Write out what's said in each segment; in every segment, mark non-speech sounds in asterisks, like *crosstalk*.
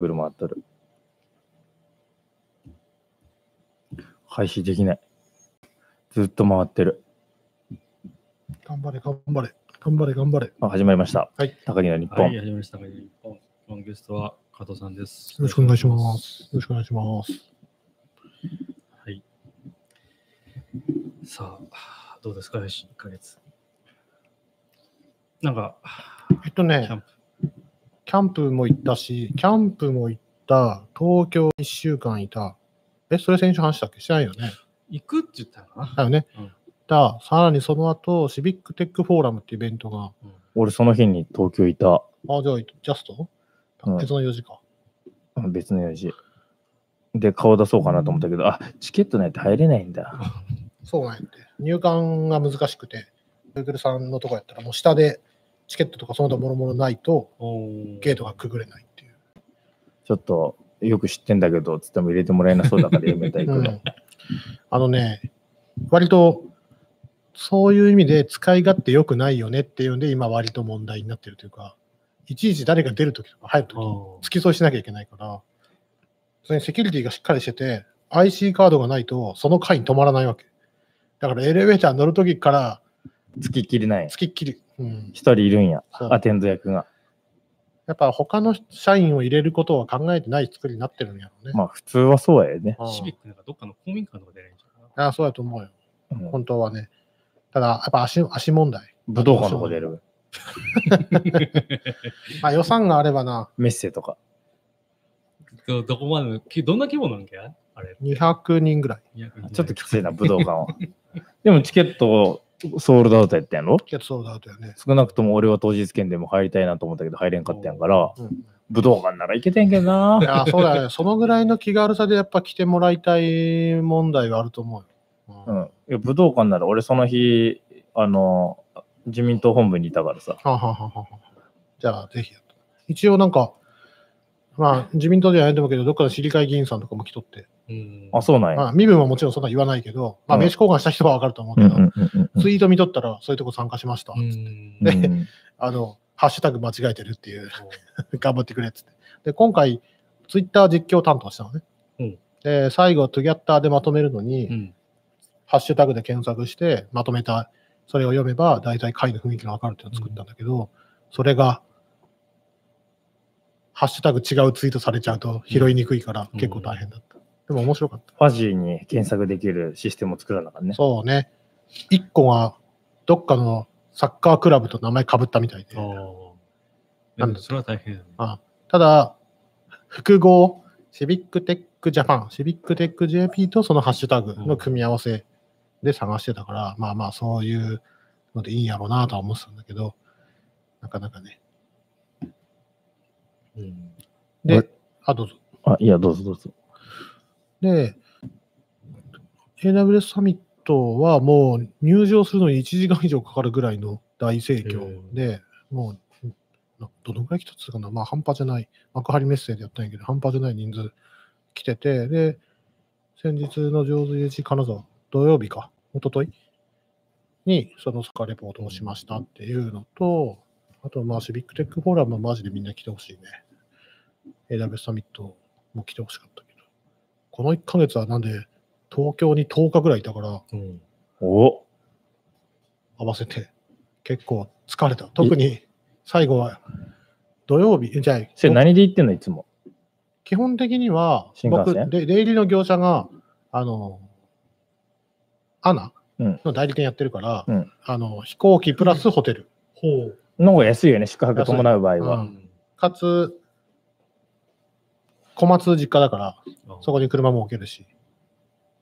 ぐる回っとる。廃止できない。ずっと回ってる。頑張れ、頑張れ、頑張れ、頑張れ。よあ、始まりました。はい、高木の日本。はい、始まりました。日本。今日のゲストは加藤さんです。ろしくお願いします。よろしくお願いします。はい。さあ、どうですか、よし、1ヶ月。なんか、えっとキャねン、プ。キャンプも行ったし、キャンプも行った、東京1週間いた。え、それ先週話したっけしてないよね。行くって言ったのかだよねうん。だ、さらにその後、シビックテックフォーラムっていうイベントが、俺、その日に東京いた。あ、じゃあ、ジャストうん別の4時か。うん別の用事。で、顔出そうかなと思ったけど、あ、チケットないと入れないんだ。な。そうなんやって。入館が難しくて、Google さんのとこやったら、もう下でチケットとかその他もろもろないと、おゲートがくぐれないっていう。ちょっと、よく知ってんだけど、つっても入れてもらえなそうだからやめたいくうらい。ん、あのね、割とそういう意味で使い勝手良くないよねっていうんで、今割と問題になってるというか、いちいち誰が出るときとか入るとおき、付き添いしなきゃいけないから、それにセキュリティがしっかりしてて、IC カードがないとその階に止まらないわけ。だからエレベーター乗るときから付きっきりない。付きっきり。うん、一人いるんや。そうアテンド役が。やっぱ他の社員を入れることは考えてない作りになってるんやろうね。まあ、普通はそうやよね。シビックなんかどっかの公民館とか出ないんじゃないかああそうだと思うよ。うん本当はね。ただ、やっぱ足足問題。武道館の方でやる。まあ予算があればな、メッセとか。などどこまでの、きどんな規模なんけあれ。 200人ぐらい。 200ちょっときついな、武道館は。 *laughs* でもチケットソールドアウトやったんやろキャッツオーダーだよね。少なくとも俺は当日券でも入りたいなと思ったけど入れんかったんやから、うん、武道館なら行けてんけどいな。や、そうだよ *laughs* ね。そのぐらいの気軽さでやっぱ来てもらいたい問題はあると思うよ。ううんん。いや武道館なら俺その日、あの、自民党本部にいたからさ。はははははじゃあ、ぜひやと。一応なんか、まあ、自民党ではないと思うけど、どっかの市議会議員さんとかも来とって、うん。あ、そうなんや。まあ、身分はもちろんそんな言わないけど、まあ、うん名刺交換した人はわかると思ううんけうど、んうんうんうんツイート見とったら、そういうとこ参加しました。うん。うねん。あの、ハッシュタグ間違えてるっていう。頑張ってくれっつって。で、今回、ツイッター実況担当したのね。うんで、最後、トゥギャッターでまとめるのに、うん。ハッシュタグで検索して、まとめた、それを読めば、大体回の雰囲気がわかるっていうのを作ったんだけど、それが、ハッシュタグ違うツイートされちゃうと拾いにくいから、うん結構大変だった。でも面白かった。ファジーに検索できるシステムを作らなあかんね。そうね。一個が、どっかのサッカークラブと名前被ったみたいで、おーなでんもだそれは大変だね。ただ、複合、シビックテックジャパン、シビックテック JP とそのハッシュタグの組み合わせで探してたから、まあまあそういうのでいいんやろうなとは思ってたんだけど、なかなかね。うん。はで、あ、どうぞ。あ、いや、どうぞどうぞ。で、AWS サミットはもう入場するのに1時間以上かかるぐらいの大盛況で、もう、などのぐらい来たっつうかな、まあ半端じゃない、幕張メッセでやったんやけど、半端じゃない人数来てて、で、先日の上手誘致金沢、土曜日か、一昨日に、そのサッカーレポートをしましたっていうのと、あと、まあ、シビックテックフォーラムはマジでみんな来てほしいね。AWS サミットも来てほしかったけど。この1ヶ月はなんで、東京に10日ぐらいいたから、うん。お合わせて、結構疲れた。特に、最後は、土曜日、えじゃあ、それ何で言ってんのいつも。基本的には、新幹線僕、で出入りの業者が、あの、アナうんの代理店やってるから、うんあの飛行機プラスホテル、ほう。の方が安いよね、宿泊伴う場合安いは。かつ、小松実家だから、そこに車も置けるし、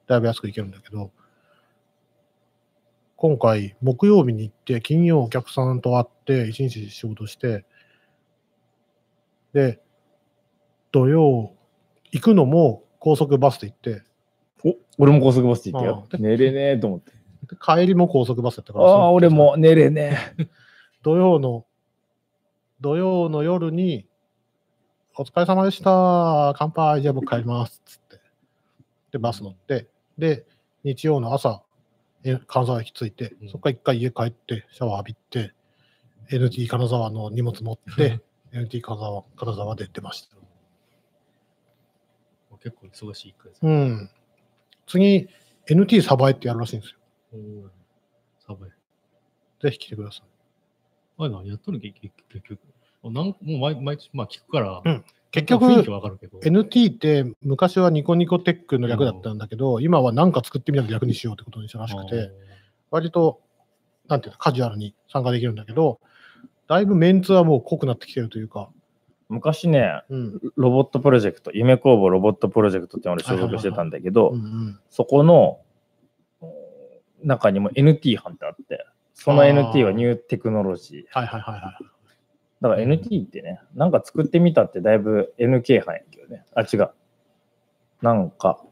だいぶ安く行けるんだけど、今回、木曜日に行って、金曜お客さんと会って、一日仕事して、で、土曜、行くのも高速バスで行って、お俺も高速バスで行ったうよ。寝れねえと思って。で帰りも高速バスだったかあら、そあー、の俺も寝れねえ。土曜の、土曜の夜に、お疲れ様でした。乾杯。じゃあ僕帰ります。つって。で、バス乗って、で、日曜の朝、え金沢駅着いてう、んそこから一回家帰って、シャワー浴びて、NT 金沢の荷物持って、NT 金沢、金沢で出ました。か結構忙しい一回う。ん。次、NT サバエってやるらしいんですよ。おーサバイ。ぜひ来てください。あれ何やっとるけ結結局。あなんもう毎毎年、まあ聞くから、うん結局、雰囲気わかるけど。 NT って昔はニコニコテックの略だったんだけど、今は何か作ってみたの略にしようってことにしたらしくて、割と、なんていうの、カジュアルに参加できるんだけど、だいぶメンツはもう濃くなってきてるというか、昔ね、うん。ロボットプロジェクト、夢工房ロボットプロジェクトって俺所属してたんだけうんうど、ん、そこのうん中にも NT 班ってあって、そのあー NT はニューテクノロジー。はいはいはいはい。だからうん NT ってね、なんか作ってみたってだいぶ NK 班やけどね。あ、違う。なんか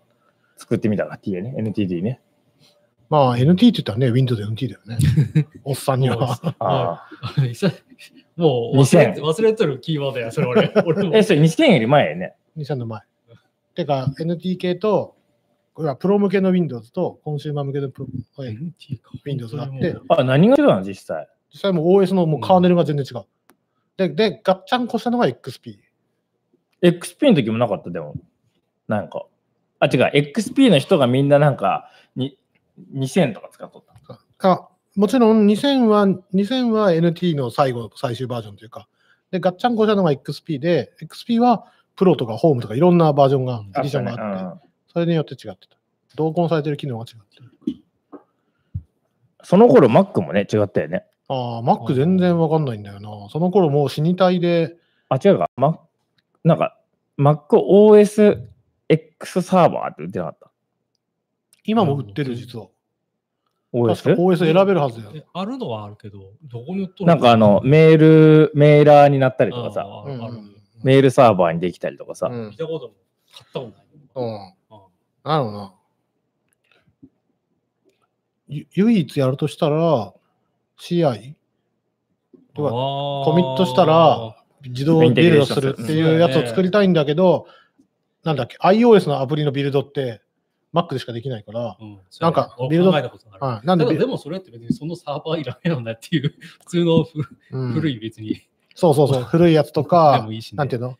作ってみたが T やね。NTD ね。まあ NT って言ったらね、Windows で NT だよ *laughs* ね。おっさんには。ああいさ *laughs* もう忘れ忘れとるキーワードや、それ俺。 *laughs* 俺あ。もえ、それ2000より前やね。 2000の前。てか NT 系と、これはプロ向けの Windows とコンシューマー向けのプロ、え NT か Windows があって本当にもうあ、何が違うの実際。実際もう OS のもうカーネルが全然違う。で、で、ガッチャンコしたのが XP。 XP の時もなかった、でも。なんか。あ、違う。XP の人がみんななんか、に2000とか使っとった。あもちろん2000は、2000は NT の最後、最終バージョンというか、で、ガッチャンコしたのが XP で、XP はプロとかホームとかいろんなバージョンが、エディションがあって、うんそれによって違ってた。同梱されてる機能が違ってる。その頃 Mac もね、違ったよね。ああ、Mac 全然わかんないんだよな。その頃もう死にたいで、あ、違うか。Mac、なんか、MacOS X サーバーって売ってなかった。今も売ってる実は。確か OS? OS 選べるはずだよ。えあるのはあるけど、どこに売っとるなんかあの、メール、メーラーになったりとかさ、あーあるメールサーバーにできたりとかさ、うん見たことも、買ったことなうん。い。あーなるほどな。ゆ唯一やるとしたら、CI とかコミットしたら、自動ビルドするっていうやつを作りたいんだけど、なんだっけ、iOS のアプリのビルドって、Mac でしかできないから、うんなんかそうビルド考えたことある。はい、なんたでだビでもそれって別にそのサーバーいらないよなっていう、普通のふうん古い別に。そうそうそう、古いやつとでかも、いいしねなんていうの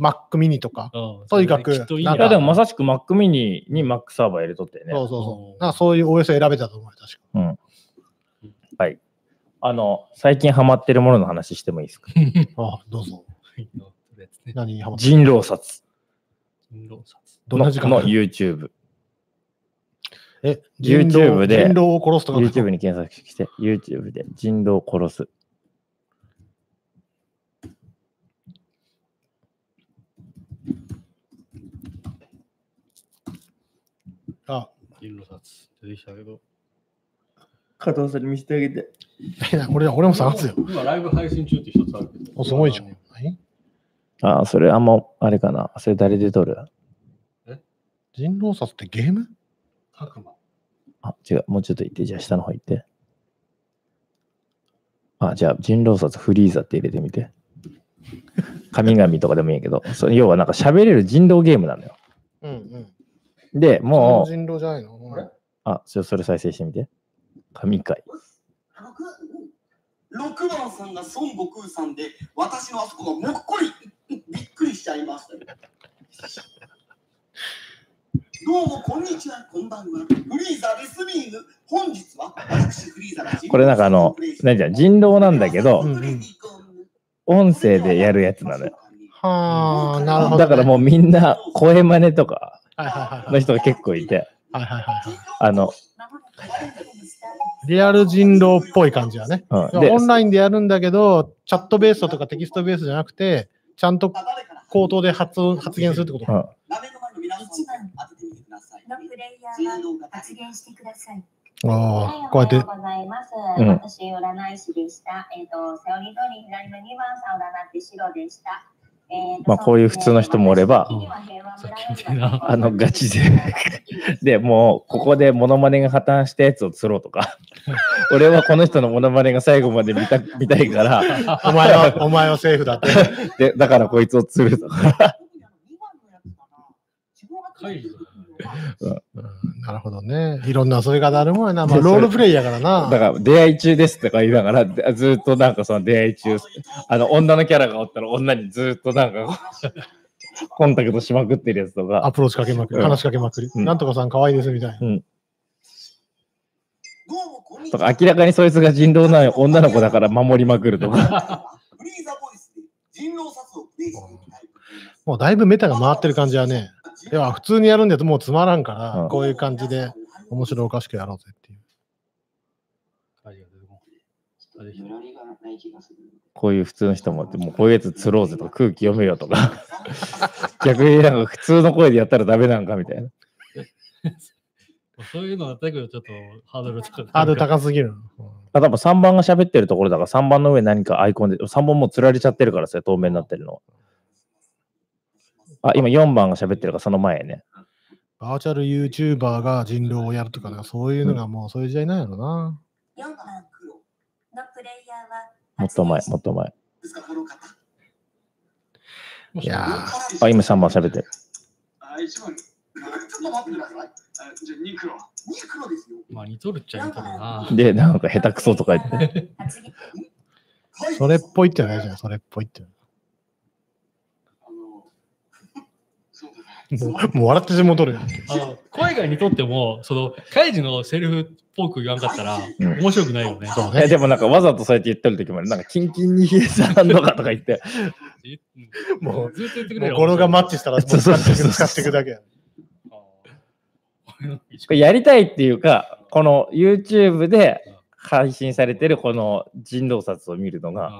?Mac mini とか、うんとにかくそれきっといいなんいやでもまささしく Mac mini に Mac サーバー入れとってね。そうそううそんう。なんかそういう OS を選べたと思うよ、確か。あの、最近ハマってるものの話してもいいですかああどうぞ。何にハマった人狼殺どんのな時間の YouTube。え、 YouTube 人狼で人狼を殺すとか。 YouTube に検索して、YouTube で人狼を殺す。あ、銀の札出てきたけど。加藤さんに見せてあげて。俺俺も探すよ。今ライブ配信中って一つあるけど。おすごいじゃん。はいああ、それあんま、あれかな。それ誰で撮る人狼殺ってゲーム各馬。あ、違う。もうちょっと行って、じゃあ下の方行って。あ、じゃあ人狼殺フリーザって入れてみて。神々とかでもいいけど、それ要はなんか喋れる人狼ゲームなんだよ。うんうん。で、もそれう、も人狼じゃないのあれあ、それそれ再生してみて。神回。六六番さんが孫悟空さんで私のあそこがもっこりびっくりしちゃいましたどうもこんにちはこんばんはフリーザレスリング本日は私フリーザがこれなんかあの、何じゃん、人狼なんだけどうん、音声でやるやつなのよ。はあ、なるほど、だからもうみんな声真似とかう。はいはいはのい。人が結構いて、はいはいはいはい。あの、リアル人狼っぽい感じだね。うん、でオンラインでやるんだけど、チャットベースとかテキストベースじゃなくて、ちゃんと口頭で発音発言するってことうん鍋の前の皆さん一番当ててみてくださいのプレイヤ人ーが狼が大好発言してください。ああ、こうやってお。はようございます。うん私、占い師でした。えっ、と、セオリー通り左の2番さんを占って白でした。えーとまあこういう普通の人もおればうんあのガチ勢で、もう、ここでモノマネが破綻したやつを釣ろうとか。 *laughs* 俺はこの人のモノマネが最後まで見た見たいから、お前は、 *laughs* お前はセーフだって。で、だからこいつを釣るとか。会議うんなるほどね。いろんな遊び方あるもんやな。まあ、ロールプレイやからだな。から、出会い中ですとか言いながら、でずっとなんかその出会い中、あの、女のキャラがおったら女にずっとなんかこコンタクトしまくってるやつとアか、プローチかけまくうり、ん話しかけまくり、うんなんとかさん可愛いですみたいな。どうもこんにちとはか明らかにそいつが人狼な女の子だから守りまくるとか、フリーザボイスで人狼殺をプレイしていきたいと思いますもうだいぶメタが回ってる感じはね、いや、普通にやるんだともうつまらんから、うんこういう感じで面白おかしくやろうぜっていう。ありがとうございいます。こういう普通の人も、もうこういうやつ釣ろうぜとか、空気読めよとか、 *laughs* 逆になんか普通の声でやったらダメなんかみたいな。そういうのは、だけどちょっとハードル高い。ハードル高すぎる。うんあ、多分3番が喋ってるところだから、3番の上何かアイコンで、3番もう釣られちゃってるからさ、透明になってるのは。あ、今4番が喋ってるから、その前やね。バーチャル YouTuber が人狼をやるとかね、そういうのがもうそういう時代なんやろな。 4黒番のプレイヤーはもっと前、もっと前。ですかこの方いやーあ、今3番喋ってる。あ一番ちょっと待ってくださいあじゃあニクロニクロですよまあ、似とるっちゃ似とるな。で、なんか下手くそとか言って。て。発言はいそれっぽいってないじゃん、それっぽいって。あのそうだもう *laughs* もう笑ってしもとるやん。あの声が似とっても、その、カイジのセリフっぽく言わんかったら、うん面白くないよね。そうえね。でもなんかわざとそうやって言ってる時もあるなんかキンキンに冷えさんのかとか言って、もう、ずっと言ってくもれうよ。語呂がマッチしたら、もう使っていく、使っていくだけやん。あー。これやりたいっていうか、この YouTube で配信されてるこの人狼殺を見るのが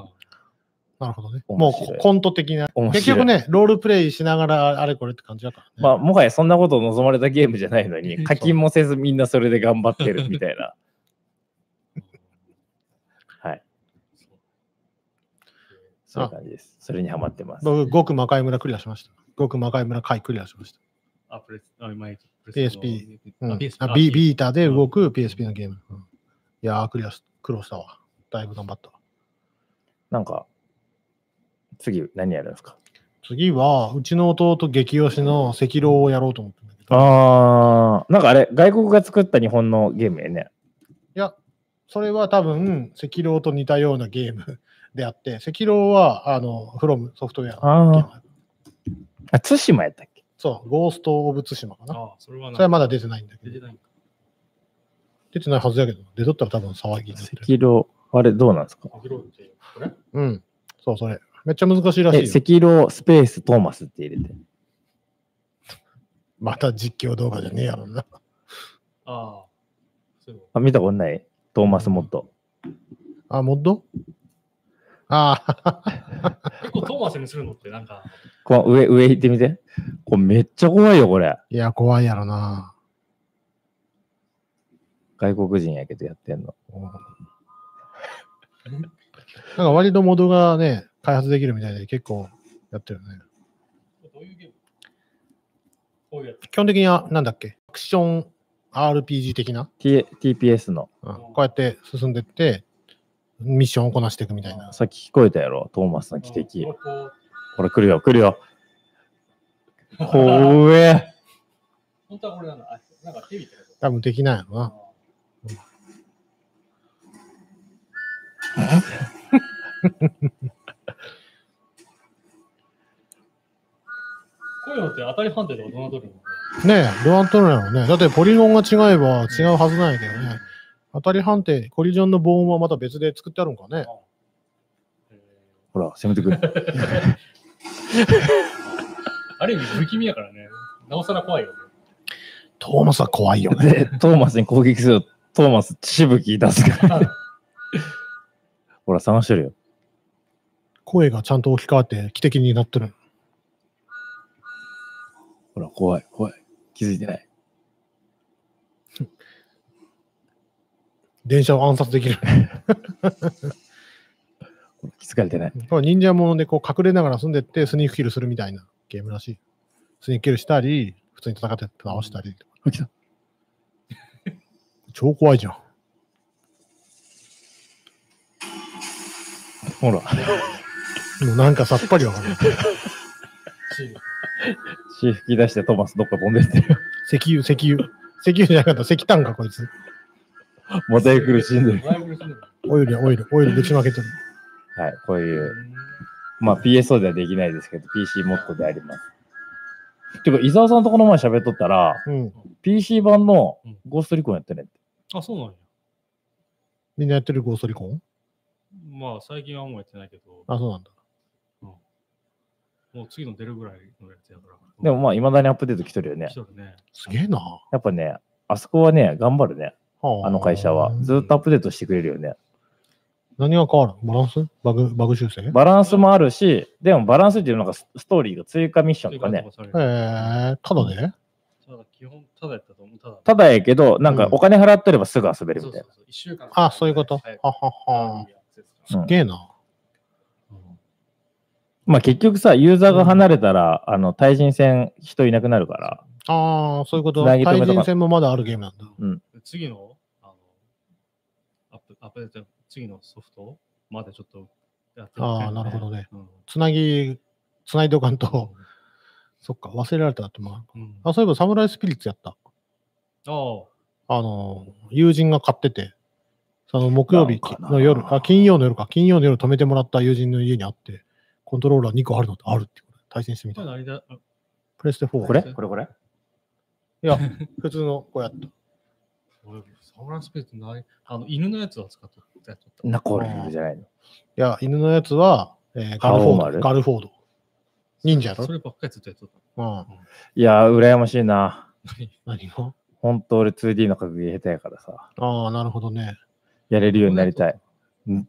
あなるほどね。も面う白いココント的な。面白い。結局ね、ロールプレイしながらあれこれって感じだからね。まあ、もはやそんなことを望まれたゲームじゃないのに、課金もせずみんなそれで頑張ってるみたいな。はい。そういう感じです。それにハマってます。僕、極魔界村クリアしました。極魔界村回クリアしました。あ、プレス、あ、今、 PSP うん、あ PSP ビビータで動く PSP のゲーム。うんいやー、クリアし、苦労したわ。だいぶ頑張ったわ。なんか、次何やるんですか次は、うちの弟激推しの赤狼をやろうと思ってんだけど、あー、なんかあれ、外国が作った日本のゲームやね。それは多分、赤狼と似たようなゲームであって、赤狼は、あの、フロムソフトウェアのゲームあー。あ、対馬やったっけそう、ゴースト・オブ・ツシマかな。ああ、それそれははな、まだ出てないんだけ出どて、ない。出てないはずだけど、出とったら多分騒ぎになってる。赤狼、あれどうなんですかあ広いってこれうん。そう、それ。めっちゃ難しいらしえ、いよ。赤狼スペーストーマスって入れて。また実況動画じゃねえやろな。ああ、そう。あ、見たことないトーマスモッド。あ、モッドああ、結構トーマスにするのってなんか、こう上、上行ってみて。これめっちゃ怖いよ、これ。 *laughs* いや、怖いやろな。外国人やけどやってんの。なんか割とモードがね、開発できるみたいで結構やってるね。どういうゲームこういうやつ。基本的には、なんだっけ、アクション RPG 的な、 T、TPS の。うんこうやって進んでって、ミッションをこなしていくみたいな。さっき聞こえたやろ、トーマスの汽あ笛の。こうほら、来るよ、来るよ。怖え。本当はこれなんだ。あなんか手みたいな。多分できないやろ *laughs* な。こういうのって当たり判定とかどうなっとるのねえ、どうなっとるんやろね。だってポリゴンが違えば違うはずなんやけどね。当たり判定、コリジョンの防音はまた別で作ってあるんかね。えーほら、攻めてくる。ある意味不気味やからね。なおさら怖いよね。トーマスは怖いよね。で、トーマスに攻撃すると、トーマス、しぶき出す *laughs* から。ほら、探してるよ。声がちゃんと置き換わって、汽笛になってる。ほら、怖い、怖い。気づいてない。電車を暗殺できる。ほら気づかれてない。これ忍者ものでこう隠れながら住んでってスニークキルするみたいなゲームらしい。スニークキルしたり、普通に戦って倒したり。あ来た *laughs* 超怖いじゃん。ほら、もうなんかさっぱりわかんない。血吹き出してトーマスどっか飛んで *laughs* ってる。石油、石油。石油じゃなかった。石炭か、こいつ。また苦しんでる。だいぶ苦しんでる。オイルや、オイル、オイルぶちまけてる。はい、こういう、まあ PSO ではできないですけど、PC モッドであります。ていうか、伊沢さんとこの前喋っとったら、うん。 PC 版のうんゴーストリコンやってねって。あ、そうなんや。みんなやってるゴーストリコンまあ、最近はもうやってないけど、あ、そうなんだ。もう次の出るぐらいのやつやから。でもまあ、いまだにアップデート来てるよね来。とるね。すげえな。はやっぱね、あそこはね、頑張るね、ああの会社は。ずっとアップデートしてくれるよね。何が変わるのバランスバグ、バグ修正へバランスもあるし、でもバランスっていうのがスストーリーが追加ミッションとかね。追加とえかされるただね。ただ、基本、ただやったと思う。ただ。ただやけど、なんかうんお金払ってればすぐ遊べるそみうたいそうな。そう。一週間。あ、そういうこと。早くははは。すっげえな。うんまあ結局さ、ユーザーが離れたら、あの、対人戦人いなくなるから、ああ、そういうこと。つなぎ止めと対か人戦もまだあるゲームなんだ。次の、あの、アップ、アップデート、次のソフトまでちょっとやってみたいよあーなるほどね。うんつなぎ、つないどかんと、 *laughs* そっか、忘れられたってまうんあ。ああ、そういえば、サムライスピリッツやった。あ。あの、友人が買ってて、その木曜日なんかなの夜、あ、金曜の夜か、金曜の夜止めてもらった友人の家にあって、コントローラー2個あるのってあるってことで対戦してみこたれい。何だあプレステ4。これこれこれいや、普通のこうやって。おいサムライスペースない。あの、犬のやつは使っとった。やっとったナコルじゃないの。いや、犬のやつは、えーガル青フォー丸ド。ガルフォード。忍者やろそればっかりずっとやっとった。うん。いやー、羨ましいな。何が本当俺 2D の格ゲー下手やからさ、ああ、なるほどね。やれるようになりたい。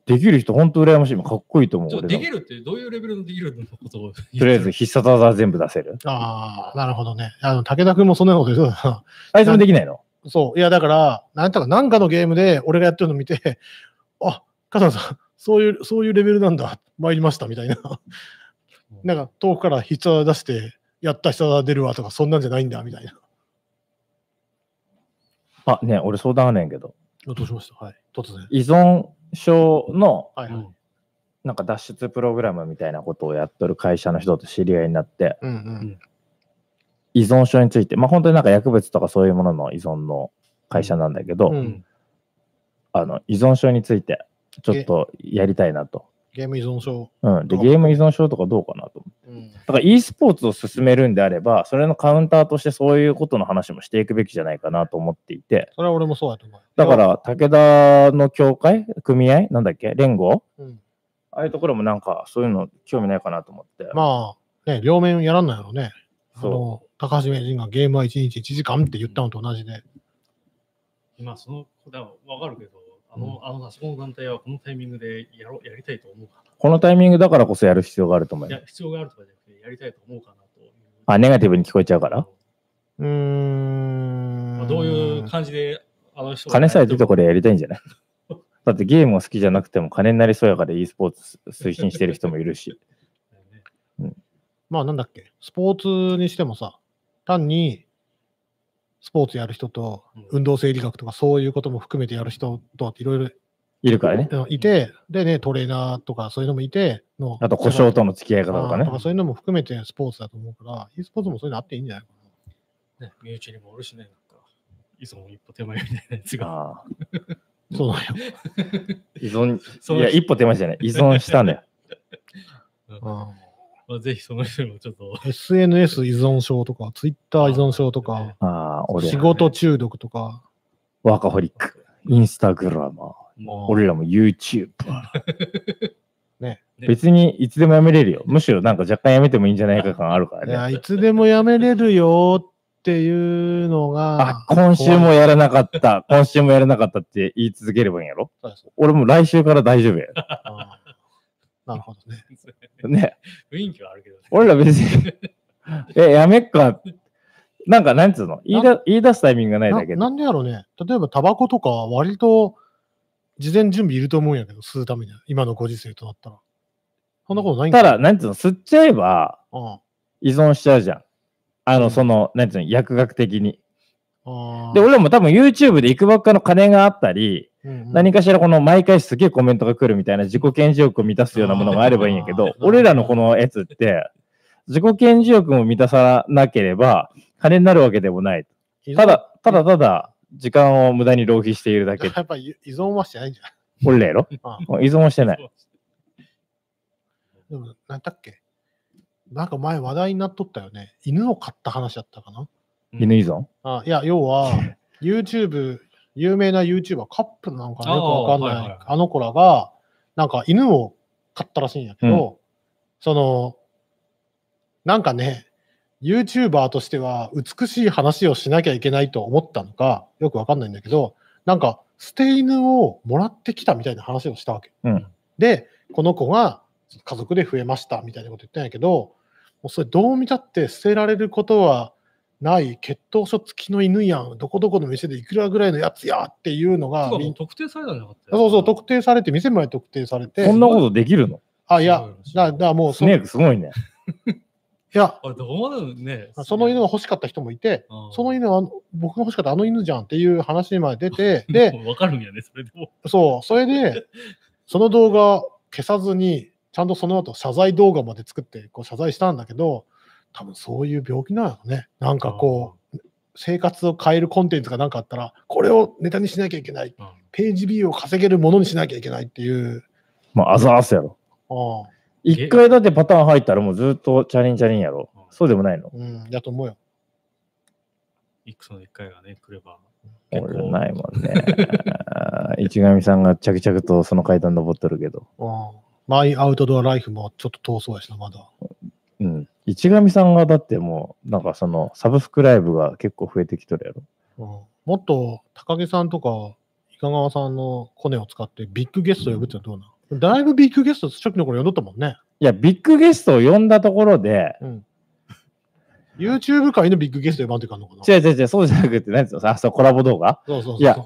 できる人本当羨ましい。もうかっこいいと思う。ちょっと俺でのきるってどういうレベルのできるのことをとりあえず必殺技全部出せる。ああ、なるほどね。あの、武田君もそんなこと言ってたな。あいつもできないのそう。いや、だから、なんとか、なんかのゲームで俺がやってるの見て、 *laughs* あ、笠野さん、そういう、そういうレベルなんだ。参りました、みたいな。 *laughs* なんか、遠くから必殺出して、やった必殺出るわとか、そんなんじゃないんだ、みたいな。あ、ね俺相談あんねんけど。どうしましたはい。突然。依存症のはいはい。なんか脱出プログラムみたいなことをやっとる会社の人と知り合いになって、うんうん。依存症について、まあ本当になんか薬物とかそういうものの依存の会社なんだけど、うんあの依存症についてちょっとやりたいなと。ゲーム依存症。うん、でどうゲーム依存症とかどうかなと思って。うん。だから e スポーツを進めるんであれば、それのカウンターとしてそういうことの話もしていくべきじゃないかなと思っていて、それは俺もそうやと思う。だか、ら武田の協会、組合、なんだっけ、連合うん、ああいうところもなんかそういうの興味ないかなと思って。まあ、ね、両面やらんないのね。あその、高橋名人がゲームは1日1時間って言ったのと同じで。今その答えはわかるけど、あの、あの、あそこの団体はこのタイミングでやろう、やりたいと思うかこのタイミングだからこそやる必要があると思いな。いまやす。、必要があるとかじゃなくて、やりたいと思うかなという。あ、ネガティブに聞こえちゃうからうーん。まあどういう感じで、あの人が金さえ出てこれ。れやりたいんじゃないだってゲームが好きじゃなくても金になりそうやから e スポーツ推進してる人もいるし。まあなんだっけ、スポーツにしてもさ、単にスポーツやる人とうん運動生理学とかそういうことも含めてやる人といろいいるからね。ろいて、でね、トレーナーとかそういうのもいての、あと故障とのの付き合い方とかね。そういうのも含めてスポーツだと思うから、e スポーツもそういうのあっていいんじゃないかな。ね、身内にもおるしね、なんか、いつも一歩手前みたいなやつが。ああそうなんよ。依存、そいのや、一歩手前じゃない。依存したんだよ。 *laughs* まあ、ぜひその人にもちょっと、うん SNS 依存症とか、Twitter 依存症とか、ああ、俺仕、事中毒とか、ワーカホリック、インスタグラマー、も俺らも YouTuber。ね別にいつでもやめれるよ。むしろなんか若干やめてもいいんじゃないか感あるからいね。や、いつでもやめれるよっていうのあが、、今週もやらなかった、今週もやらなかったって言い続ければいいんやろそうです俺も来週から大丈夫や。あーなるほどね。ね。う雰囲気はあるけどね。俺ら別に、え、やめっか。なんか、なんつうの言いだ言い出すタイミングがないだけで。ななんでやろうね。例えば、タバコとか、割と、事前準備いると思うんやけど、吸うためには、今のご時世となったら。そんなことないんかただ、なんつうの吸っちゃえばうん依存しちゃうじゃん。あうの、んその、なんつうの薬学的に。あーで、俺も多分 YouTube でいくばっかの金があったり、うんうん何かしらこの毎回すげえコメントが来るみたいな自己顕示欲を満たすようなものがあればいいんやけあーど、俺らのこのやつって、自己顕示欲も満たさなければ、金になるわけでもない。依存ただ、ただただ、時間を無駄に浪費しているだけ。 *laughs* やっぱり依存はしてないんじゃない俺らやろあうん依存はしてない。でも、なんだっけなんか前話題になっとったよね。犬を飼った話だったかな。犬依存あいや、要は、YouTube、有名な YouTuber、カップルなんかなよくわかんない、あーはいはいはいあの子らが、なんか犬を飼ったらしいんやけど、その、なんかね、YouTuber としては美しい話をしなきゃいけないと思ったのか、よくわかんないんだけど、なんか、捨て犬をもらってきたみたいな話をしたわけ。うんで、この子が家族で増えましたみたいなこと言ったんやけど、もうそれどう見たって捨てられることはない血統書付きの犬やん、どこどこの店でいくらぐらいのやつやっていうのが、そうみん特定されたんじゃなかったそうそう、特定されて、店まで特定されて、そんなことできるのあ、いや、だだだからもうスその、ネいークすごいね。や、あれ、どこまでね。その犬が欲しかった人もいて、うん、その犬はあの僕が欲しかったあの犬じゃんっていう話にまで出 *laughs* て、で、もうわかるんやね、それでも。そう、それで、その動画消さずに、ちゃんとその後謝罪動画まで作って、こう謝罪したんだけど、多分そういう病気なのね。なんかこう、生活を変えるコンテンツがなんかあったら、これをネタにしなきゃいけない。うん。ページビューを稼げるものにしなきゃいけないっていう。まあ、あざあすやろ。ああ一回だってパターン入ったらもうずっとチャリンチャリンやろ。そうでもないのうん、だと思うよ。一個の一回がね、来れば。結俺構ないもんね。 *laughs* 一神さんが着々とその階段登っとるけど。うんマイアウトドアライフもちょっと遠そうやしな、まだ。うん。一神さんがだってもう、なんかそのサブスクライブが結構増えてきとるやろ。うんもっと高木さんとか、伊賀川さんのコネを使ってビッグゲストを呼ぶってのはどうなのだいぶビッグゲスト初期の頃呼んどったもんね。いや、ビッグゲストを呼んだところで、 *laughs* YouTube 界のビッグゲスト呼ばんといかんのかな違う違う違う、そうじゃなくて、なんつうの、あ、そう、コラボ動画そうそうそう。いや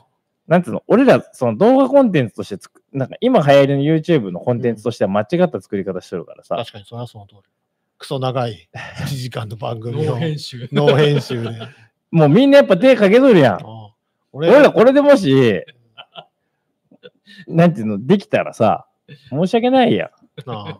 なんつうの、俺ら、その動画コンテンツとしてつく、なんか今流行りの YouTube のコンテンツとしては間違った作り方してるからさ、確かにそれはその通り。クソ長い1時間の番 *laughs* 組ノをー編集。ノー編集で。うんもうみんなやっぱ手かけとるやん。俺俺らこれでもし、なんていうの、できたらさ、申し訳ないやん。なあ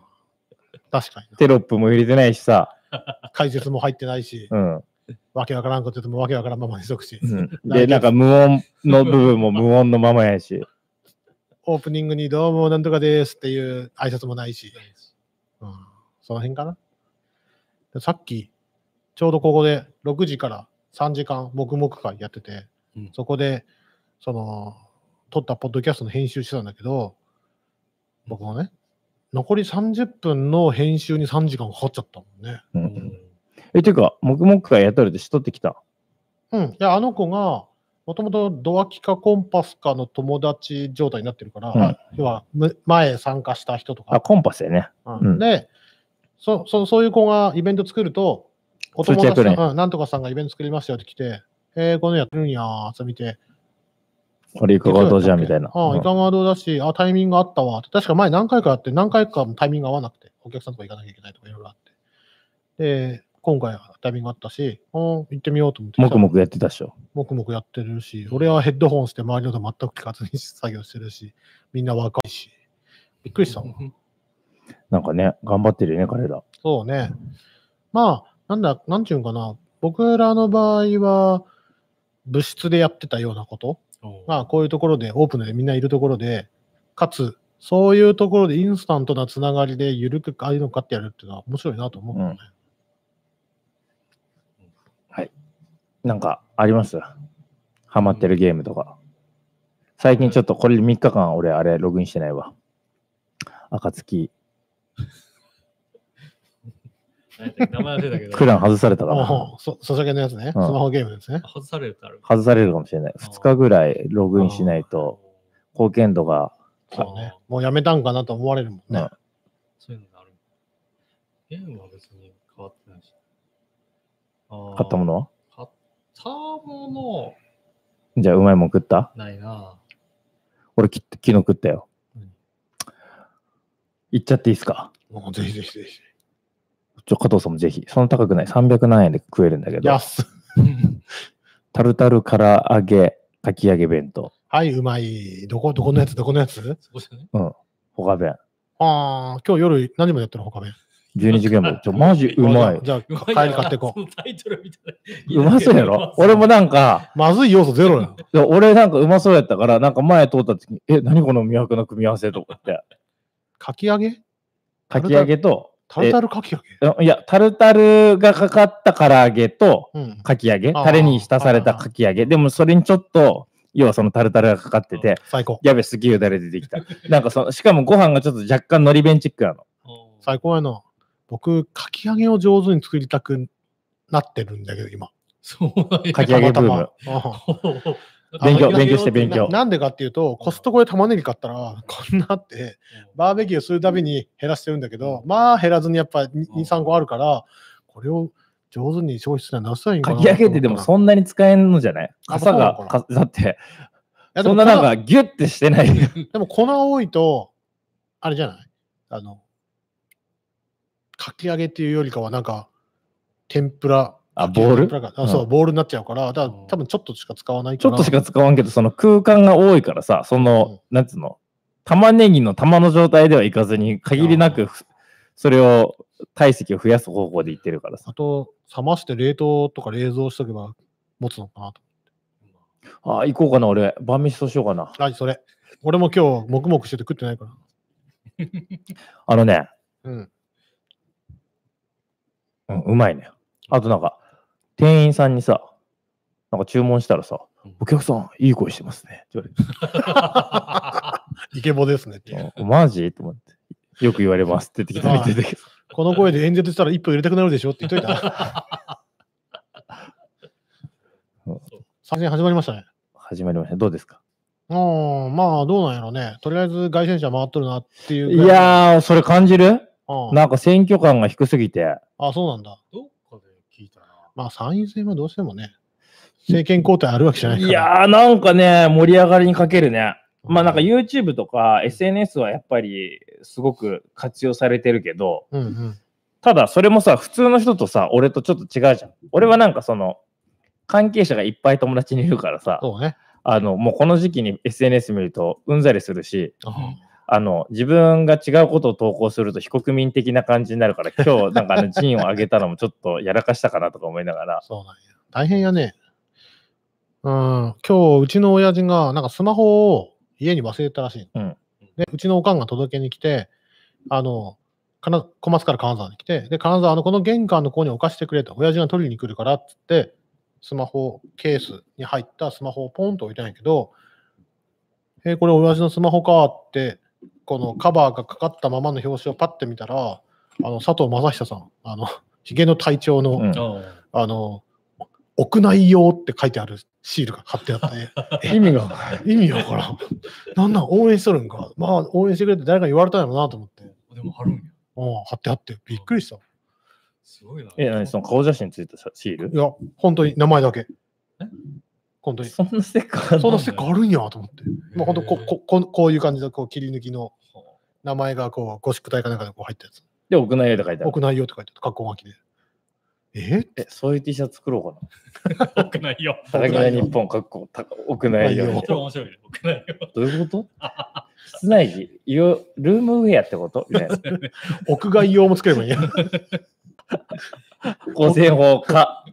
確かにテロップも入れてないしさ、な。解説も入ってないし、うん。わけわからんこと言ってもわけわからんままにしとくしう、んで、大丈夫なんか無音の部分も無音のままやし、オープニングにどうもなんとかですっていう挨拶もないし、うん、その辺かな。でさっき、ちょうどここで6時から3時間黙々会やってて、うんそこで、その、撮ったポッドキャストの編集してたんだけど、僕もね、残り30分の編集に3時間かかっちゃったもんね。う。うんんえ、ていうか、黙々会やっとるって知っとってきた。うん。いや、あの子が、もともとドアキかコンパスかの友達状態になってるから、うん要はむ前参加した人とかあ、、コンパスやね。うんでそそ、そういう子がイベント作ると、お通知友が来達るねさん、うん、なんとかさんがイベント作りましたよって来て、えー、このやってるんやーって見て。これいかがどうじゃみたいな。あうあ、んいかがどうだし、あタイミングあったわって。確か前何回かあって、何回かもタイミング合わなくて、お客さんとか行かなきゃいけないとかいろいろあって。で、今回はタイミングあったし、うん、行ってみようと思って。黙々やってたっしょ。もくもくやってるし、俺はヘッドホンして周りの音全く聞かずに作業してるし、みんな若いし。びっくりしたわ。なんかね、頑張ってるよね、彼ら。そうね。まあ、なんだ、なんていうんかな。僕らの場合は、部室でやってたようなこと。おうまあ、こういうところで、オープンでみんないるところで、かつ、そういうところでインスタントなつながりで緩くああいうの買ってやるっていうのは面白いなと思う、ねなんか、ありますハマってるゲームとか。最近ちょっとこれ3日間俺、あれ、ログインしてないわ。暁、何やったっけ名前忘れたけど。クラン外されたからな。おうそソシャゲのやつね。スうんマホゲームですね。外されるってある。外されるかもしれない。2日ぐらいログインしないと、貢献度が、そうね。もうやめたんかなと思われるもんね。そういうのがある。ゲームは別に変わってないし。買買ったものは買ったもじゃあ、うまいもん食ったのないな。俺き、昨日食ったようん。行っちゃっていいですかもうぜひぜひぜひ。ちょ、加藤さんもぜひ。そんな高くない。300何円で食えるんだけど。安っタルタル唐揚げ、かき揚げ弁当。はい、うまい。どこ、どこのやつ、どこのやつそこじゃないほか弁。ああ、今日夜何時までやってるの他弁。 12時間も。 *laughs* ちょ、マジうまい。じゃあ、か帰り買っていこう。うまいよな。そのタイトルみたいうな。まそうやろ俺もなんか、まずい要素ゼロやん。いや俺なんかうまそうやったから、なんか前通った時に、え、何この魅惑の組み合わせとかって。かき揚げかき揚げとタルタルかき揚げ。いや、タルタルがかかった唐揚げと、うん。かき揚げ、あータレに浸されたかき揚げ、でもそれにちょっと、要はそのタルタルがかかってて、最高。やべ、すげえよだれ出てき *laughs* た。なんかその、しかもご飯がちょっと若干のり弁チックなの。最高やな。僕、かき揚げを上手に作りたくなってるんだけど、今。そうなんやかき揚げブームたまたま。うん勉強あの勉強して勉強ななんでかっていうと、コストコで玉ねぎ買ったら、 *laughs* こんなあって、バーベキューするた *laughs* びに減らしてるんだけど、まあ減らずにやっぱ2、3個あるから、これを上手に消費するのはなさいんかかなき揚げってでもいそんなに使えんのじゃないあ傘がそうなの、かだって、やでそもんななんかギュッてしてない。粉でも粉多いと、あれじゃないあの、かき揚げっていうよりかは、なんか、天ぷら。あボール天ぷらがあそうう、ボールになっちゃうから、だからうん多分ちょっとしか使わないちかょっら。としか使わんけど、その空間が多いからさ、その、なんつうの、玉ねぎの玉の状態ではいかずに、限りなあく、それを、体積を増やす方向でいってるからさ。あと、冷まして冷凍とか冷蔵しとけば持つのかなと。あ、行こうかな、俺。晩飯としようかな。何それ。俺も今日、黙々してて食ってないから。あのね、うん。うん、うまいね。あとなんか、店員さんにさ、なんか注文したらさうん、お客さん、いい声してますね。って言われてイケボですねって。あマジと思って。よく言われますって言ってきたみたいだけど。この声で演説したら一歩入れたくなるでしょって言っといた。 *laughs* 最戦始まりましたね。始まりました。どうですかうん、まあどうなんやろね。とりあえず外戦車回っとるなっていういぐら。やー、それ感じるうん、なんか選挙感が低すぎて、あ、そうなんだ。どっかで聞いたな。まあ参院選はどうしてもね、政権交代あるわけじゃないかいら。やー、なんかね、盛り上がりにかけるね。まあなんか YouTube とか SNS はやっぱりすごく活用されてるけど、うんうん。ただそれもさ、普通の人とさ、俺とちょっと違うじゃん。俺はなんかその、関係者がいっぱい友達にいるからさ、そうね。あの、もうこの時期に SNS 見るとうんざりするし、うんあの、自分が違うことを投稿すると非国民的な感じになるから、今日なんかあの、陣を上げたのもちょっとやらかしたかなとか思いなが *laughs* ら、そうなんや。大変やね。うん、今日うちの親父がなんかスマホを家に忘れたらしい。うんで、うちのおかんが届けに来て、あの、金小松から金沢に来て、で、金沢のこの玄関の子に置かしてくれと、親父が取りに来るからっつって、スマホ、ケースに入ったスマホをポンと置いたんやけど、えーこれ親父のスマホかって、このカバーがかかったままの表紙をパッて見たら、あの、佐藤正久さん、あの、ヒゲの隊長の、うんああの、屋内用って書いてあるシールが貼ってあって、意味が、意味わからん。なんなん応援しとるんか。まあ、応援してくれって誰かに言われたんやろうなと思って。あ。でも貼るんや。うん、貼ってあって、びっくりした。いすごいな。え、何その顔写真ついたシールや、本当に名前だけえ。本当に。そんなステッカーあんのそんなステッカーあるんやと思って。まあ、本当ここここういう感じでこう切り抜きの名前がこうゴシック体かなんかでこう入ったやつ。で、屋内用って書いてある。屋内用って書いてある。格好書きで。ええ、そういう T シャツ作ろうかな。多くないよ。戦い日本、かっこ、た屋内用屋内用それ面白いね。多くないよ。どういうこと室内着、いろルームウェアってことみたい *laughs* な。屋外用も作ればいいや。構成法か。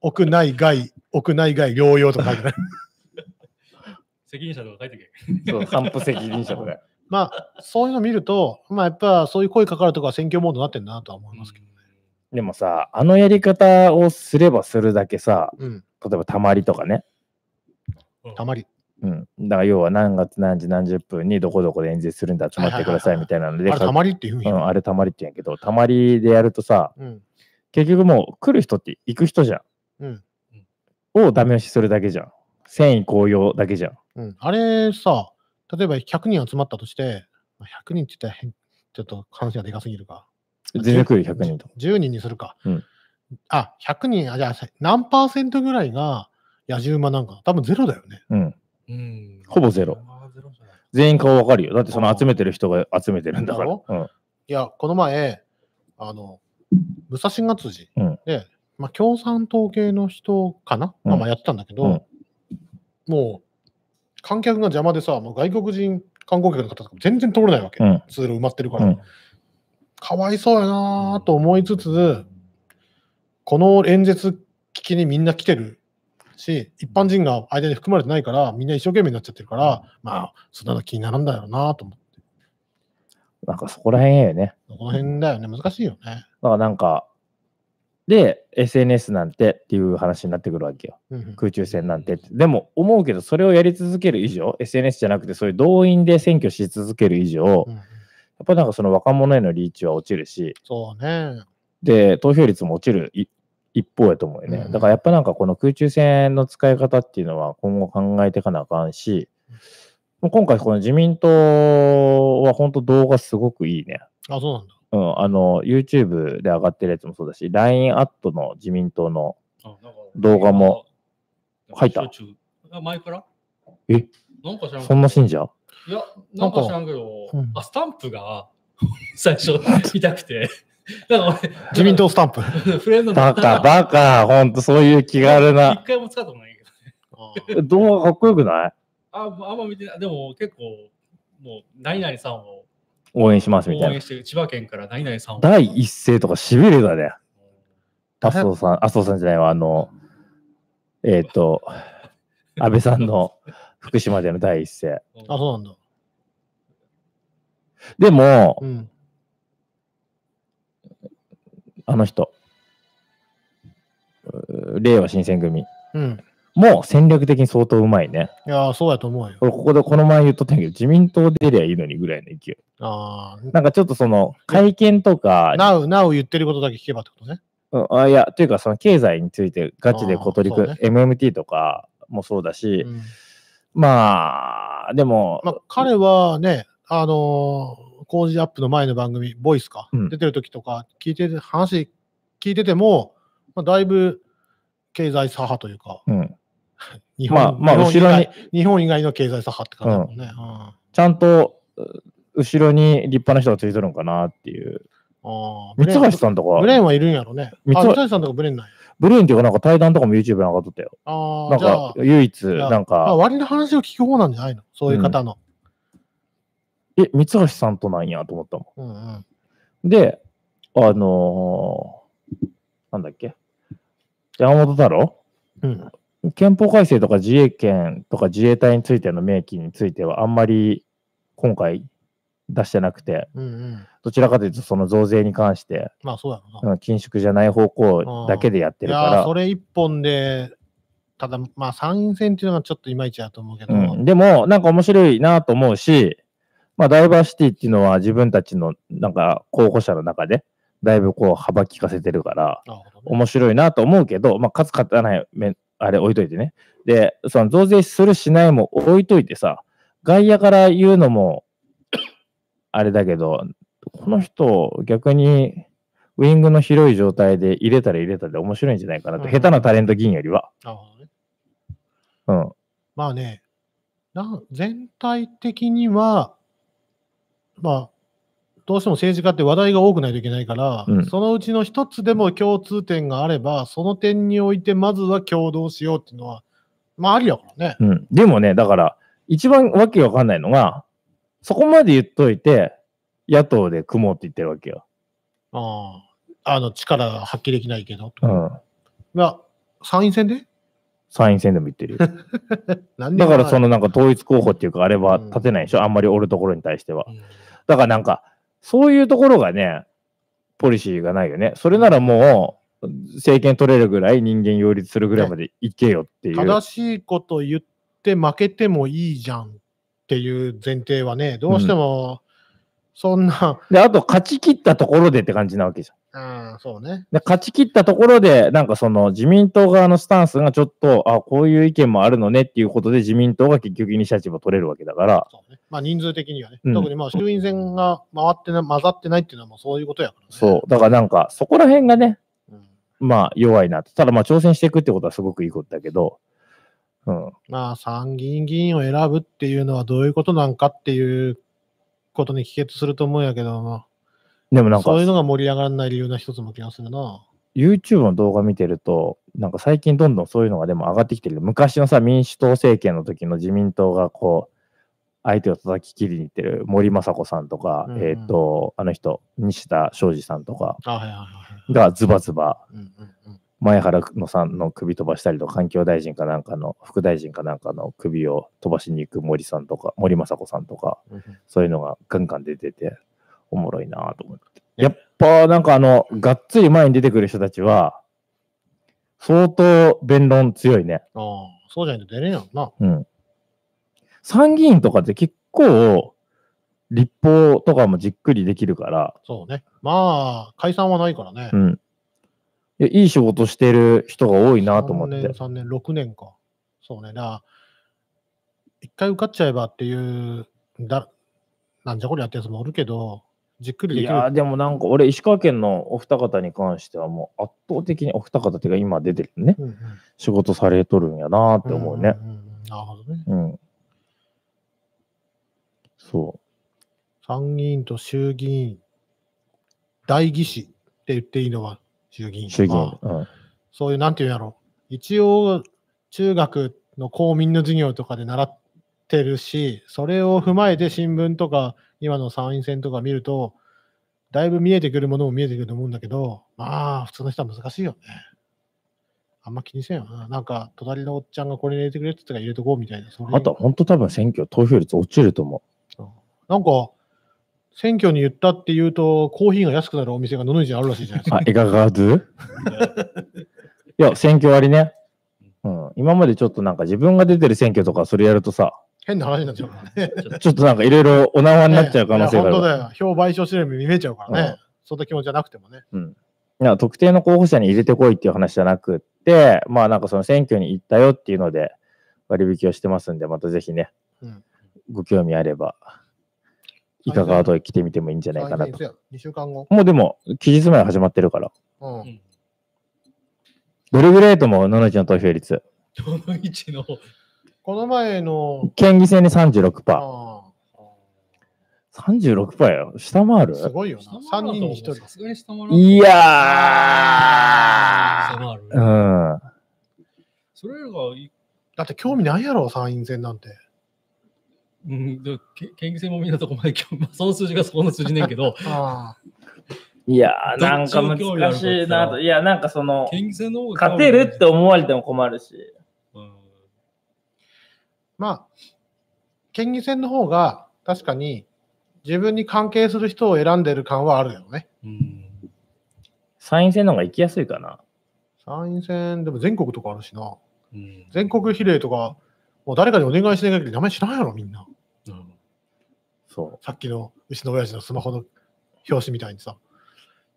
屋内外、屋内外両用とか書いてある。責任者とか書いてけ。そう、散布責任者とか。まあ、そういうの見ると、まあ、やっぱそういう声かかるとか選挙モードになってるなとは思いますけど。でもさ、あのやり方をすればするだけさ、うん、例えばたまりとかね。うんたまり。うん。だから要は何月何時何十分にどこどこで演説するんで集まってくださいみたいなのあで、れ、たかまりっていうんうや。ん、あれたまりって言うんやけど、たまりでやるとさ、うん。結局もう来る人って行く人じゃん。うん。をダメ押しするだけじゃん。繊維高揚だけじゃん。うん。あれさ、例えば100人集まったとして、まあ100人って言ったら変、ちょっと話がでかすぎるか。全然来る100人と。 10人にするか。うんあ、100人、あ、じゃあ、何パーセントぐらいが野獣馬なんかな多分ゼロだよね。うん。うん。ほぼゼロ。ゼロじゃない。全員顔わかるよ。だってその集めてる人が集めてるんだかだらろ。うん。いや、この前、あの、武蔵勝辻うんで、まあ、共産党系の人かな、まあうんまあやってたんだけど、うんもう、観客が邪魔でさ、もう外国人観光客の方とかも全然通れないわけ。うん通路埋まってるから。うんかわいそうやなと思いつつ、この演説聞きにみんな来てるし、一般人が間に含まれてないから、みんな一生懸命になっちゃってるから、まあ、そんなの気にならんだよなと思って。なんかそこら辺やよね。この辺だよね、難しいよね。だからなんか、で、SNS なんてっていう話になってくるわけよ。うんうん空中戦なんてって。でも思うけど、それをやり続ける以上、SNS じゃなくて、そういう動員で選挙し続ける以上、やうんうんっぱなんかその若者へのリーチは落ちるし、そうね。で、投票率も落ちるい一方やと思うよね。うんだからやっぱなんかこの空中戦の使い方っていうのは今後考えていかなあかんし、もう今回この自民党は本当動画すごくいいね。あ、そう *laughs* なんだ。うん、あの、YouTube で上がってるやつもそうだし、LINE アットの自民党の、あなんか動画も入ったなんか焼酎あ前からえなんか知らんけそどんな信者いや、なんか知らんけど、うんあスタンプが *laughs* 最初痛くて、 *laughs* なんか自民党スタンプ。 *laughs* あ俺、フレンドのバカ、バカ、ほんとそういう気軽な一。回も使ったことないけど、ー動画かっこよくないああんま見てない、でも結構、もう、何々さんを応援しますみ応たい援な。してる、千葉県から何々さんを。第一声とかしびれだね。あ麻れ生さ *laughs* ん、麻生さんじゃないわ、あの、えっ、と、安倍さんの福島での第一声。うんあ、そうなんだ。でもう、ん。あの人、う令和新選組うん。もう戦略的に相当うまいね。いやー、そうやと思うよ。これここでこの前言っとったんやけど、自民党出りゃいいのにぐらいの勢い。あなんかちょっとその会見とあ。か、なお、なお言ってることだけ聞けばってことね。うんあいや、というかその経済についてガチでこう取り組あーむ、MMT とかもそうだし、うんまあ、でも、まあ、彼はね、あのー、工事アップの前の番組、ボイスか、うん出てる時とか、聞いてて、話聞いてても、まあ、だいぶ経済左派というか、うん、 *laughs* 日まあ、まあ、後日ろ本以に外、日本以外の経済左派って感じだもんね。うんあちゃんと、う後ろに立派な人がついてるんかなっていう。あ三橋さんとブレか、ーンはいるんやろね。三あ橋三橋さんとかブレーンない。ブルーンっていうか、なんか対談とかも YouTube に上がっとったよ。あなあ、んじゃか、、あ唯一、いなやんまあ、か、割の話を聞く方なんじゃないのそういう方の。え、三橋さんとなんやと思ったもうんうん。ん。で、あのーなんだっけ山本太郎うん、憲法改正とか自衛権とか自衛隊についての明記についてはあんまり今回出してなくて、うん、うん。どちらかというとその増税に関して、まあ、そうやろな。うん、緊縮じゃない方向だけでやっているかやーらそ、れ一本で、ただ、まあ、参院選っていうのはちょっといまいちやと思うけど、うん、でもなんか面白いなと思うし、まあ、ダイバーシティっていうのは自分たちのなんか候補者の中でだいぶこう幅利かせてるからなるほどね。面白いなと思うけど、まあ、勝つ勝たない面あれ置いといてねでその増税するしないも置いといてさ外野から言うのも *coughs* あれだけどこの人逆にウイングの広い状態で入れたら入れたで面白いんじゃないかなって、うん下手なタレント議員よりは。なるほどね。うんまあね、なん全体的には、まあ、どうしても政治家って話題が多くないといけないから、うんそのうちの一つでも共通点があれば、その点において、まずは共同しようっていうのは、まあ、ありやからね。うん、でもね、だから、一番わけわかんないのが、そこまで言っといて、野党で組もうって言ってるわけよ。あああの力が発揮できないけど。うん。まあ、参院選で参院選でも言ってるよ。何でだもかないら、そのなんか統一候補っていうか、あれはうん立てないでしょ、あんまりおるところに対してはう。んだからなんか、そういうところがね、ポリシーがないよね。それならもう、政権取れるぐらい、人間擁立するぐらいまでいけよっていう。正しいこと言って負けてもいいじゃんっていう前提はね、どうしても、そんな、で、あと、勝ち切ったところでって感じなわけじゃん。うん、そうね。で勝ち切ったところで、なんかその自民党側のスタンスがちょっと、あこういう意見もあるのねっていうことで、自民党が結局イニシアチブを取れるわけだから、そうねまあ、人数的にはね、うん特にまあ衆院選が回ってな混ざってないっていうのはもうそういうことやからね。そう、だからなんか、そこら辺がね、うんまあ弱いなと。ただまあ挑戦していくってことはすごくいいことだけど、うん、まあ、参議院議員を選ぶっていうのはどういうことなんかっていうことに帰結すると思うんやけども、でもなんかそういう、のが盛り上がらない理由の一つも気がするな。 YouTube の動画見てると、なんか最近どんどんそういうのがでも上がってきてる。昔のさ、民主党政権の時の自民党がこう、相手を叩き切りに行ってる森雅子さんとか、うんうんえっ、と、あの人、西田昌司さんとかあ、はいはいはい。がズバズバうんうんうん前原のさんの首飛ばしたりとか、環境大臣かなんかの、副大臣かなんかの首を飛ばしに行く森さんとか、森雅子さんとか、うんうんそういうのがガンガン出てて、おもろいなと思って。やっぱなんかあの、がっつり前に出てくる人たちは、相当弁論強いね。ああ、そうじゃないと出れんやろな。うん。参議院とかって結構、立法とかもじっくりできるから、そうね。まあ、解散はないからねう。ん。いやいい仕事してる人が多いなと思っ3て年、。3年、6年か。そうね。だから一回受かっちゃえばっていう、だなんじゃこりゃってやつもおるけど、じっくりいできる。やーでもなんか俺、石川県のお二方に関してはもう圧倒的にお二方っていうか今出てるね。うんうん仕事されとるんやなーって思うね。んんんなるほどね。うん。そ参議院と衆議院、代議士って言っていいのは衆議院。う。衆議まあ院。うん。そういう、なんていうんやろ。一応、中学の公民の授業とかで習ってるし、それを踏まえて新聞とか、今の参院選とか見ると、だいぶ見えてくるものも見えてくると思うんだけど、まあ、普通の人は難しいよね。あんま気にせんよな。なんか、隣のおっちゃんがこれ入れてくれって言ったから入れとこうみたいな。それあとは本当多分選挙投票率落ちると思なんか、選挙に言ったって言うと、コーヒーが安くなるお店が野々市にあるらしいじゃないう。ですか *laughs* あ。、いかがずいや、選挙割ね。うん。今までちょっとなんか自分が出てる選挙とかそれやるとさ、変な話になっちゃうからね。ちょっとなんかいろいろお縄になっちゃう可能性があいるや本当かだら。よ。票賠償資料見えちゃうからうんね。そんな気持ちじゃなくてもね。なんか特定の候補者に入れてこいっていう話じゃなくって、まあなんかその選挙に行ったよっていうので割引をしてますんで、またぜひね、うんご興味あれば、いかがと来てみてもいいんじゃないかな来年いとつ。や2週間後。もうでも、期日前始まってるから。うん *laughs* うんどれぐらいと思う、ののちの投票率。どの位置の。この前の、県議選で36%。あ36%よ。下回ーるすごいよな。3人に1人。さすがに下回らんい下やー。回る。うん。それらがい、だって興味ないやろ、参院選なんて。うん、でけ県議選もみんなとこまで来、まあ、その数字がそこの数字ねんけど、あいやー、どっなんちかを興味あ難るかってし言いったらなと。いや、なんかその、県議選の方が勝てるって思われても困るし。うんまあ、県議選の方が確かに自分に関係する人を選んでる感はあるよね。うん参院選の方が行きやすいかな。参院選、でも全国とかあるしな。うん全国比例とか、もう誰かにお願いしなきゃいけない名前知らんやろ、みんな。うんそさっきのうちの親父のスマホの表紙みたいにさ。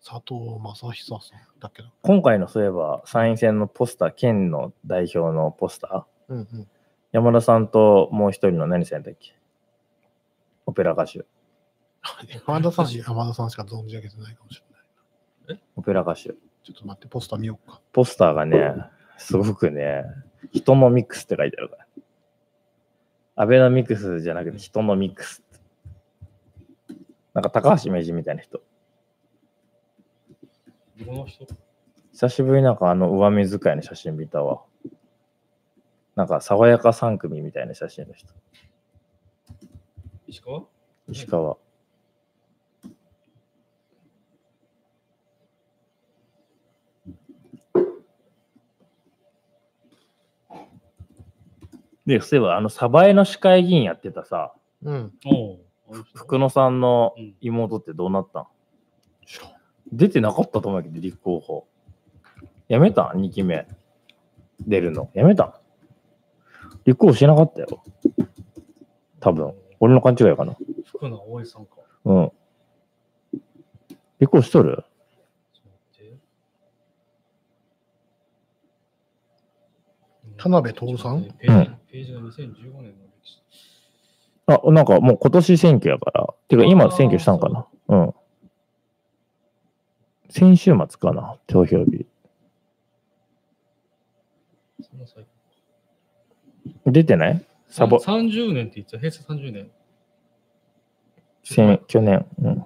佐藤正久さんだっけなう。。今回のそういえば、参院選のポスター、県の代表のポスター、うんうん。山田さんともう一人の何さんだっけオペラ歌手。山田さん、山田さんしか存じ上げてないかもしれない。オペラ歌手。ちょっと待って、ポスター見ようか。ポスターがね、すごくね、人のミックスって書いてあるから。アベノミクスじゃなくて人のミックス。なんか高橋名人みたいな人。この人久しぶりなんかあの上目遣いの写真見たわ。なんか爽やか3組みたいな写真の人。石川石川。で、そういえば、あの、鯖江の市会議員やってたさ、うん。おう福野さんのうん妹ってどうなったん、出てなかったと思うけど、立候補。やめたん ?2 期目。出るの。やめたん立候補しなかったよ。多分。俺の勘違いかな。福野大江さんか。うん。立候補しとるちょっと待って田辺徹さんページページが2015年の歴史。あ、なんかもう今年選挙やから。てかあ今ー選挙したんかなうん。先週末かな投票日。そんな最出てないサボ、 30年って言ってた、平成30年。先去年。うん。あ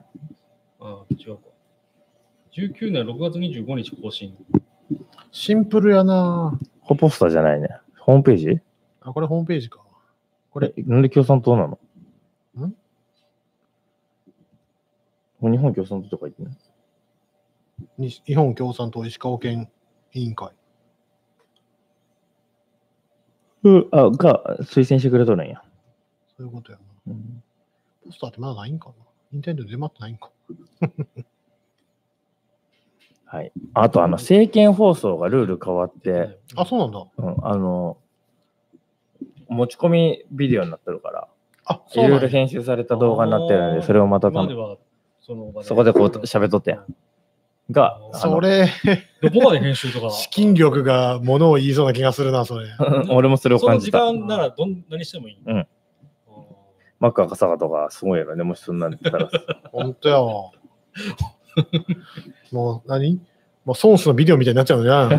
あ、違うか。19年6月25日更新。シンプルやなホポスターじゃないね。ホームページあ、これホームページか。ここれれ、なんで共産党なのん日本共産党とか言ってないに日本共産党石川県委員会。うん、あ、が推薦してくれとるんや。そういうことやな。うんポスターってまだないんかな任天堂出回ってないんか。はい。あと、あの、政見放送がルール変わって、あ、そうなんだ。うん、あの、持ち込みビデオになってるから、あ、いそうろいなんろだ。編集された動画になってるのあで、ーそれをまた今頼でむはその場でそこでこう喋っとったやんが、あそのれ、どこまで編集とか。資金力がものを言いそうな気がするな、それ。 *laughs* 俺もそれをその感じ時た。間ならどん何してもいい。うんあー。マック赤坂とかすごいよね、もしそんなんだったら。本当よ。 *laughs* もう何もうソースのビデオみたいになっちゃうじゃん。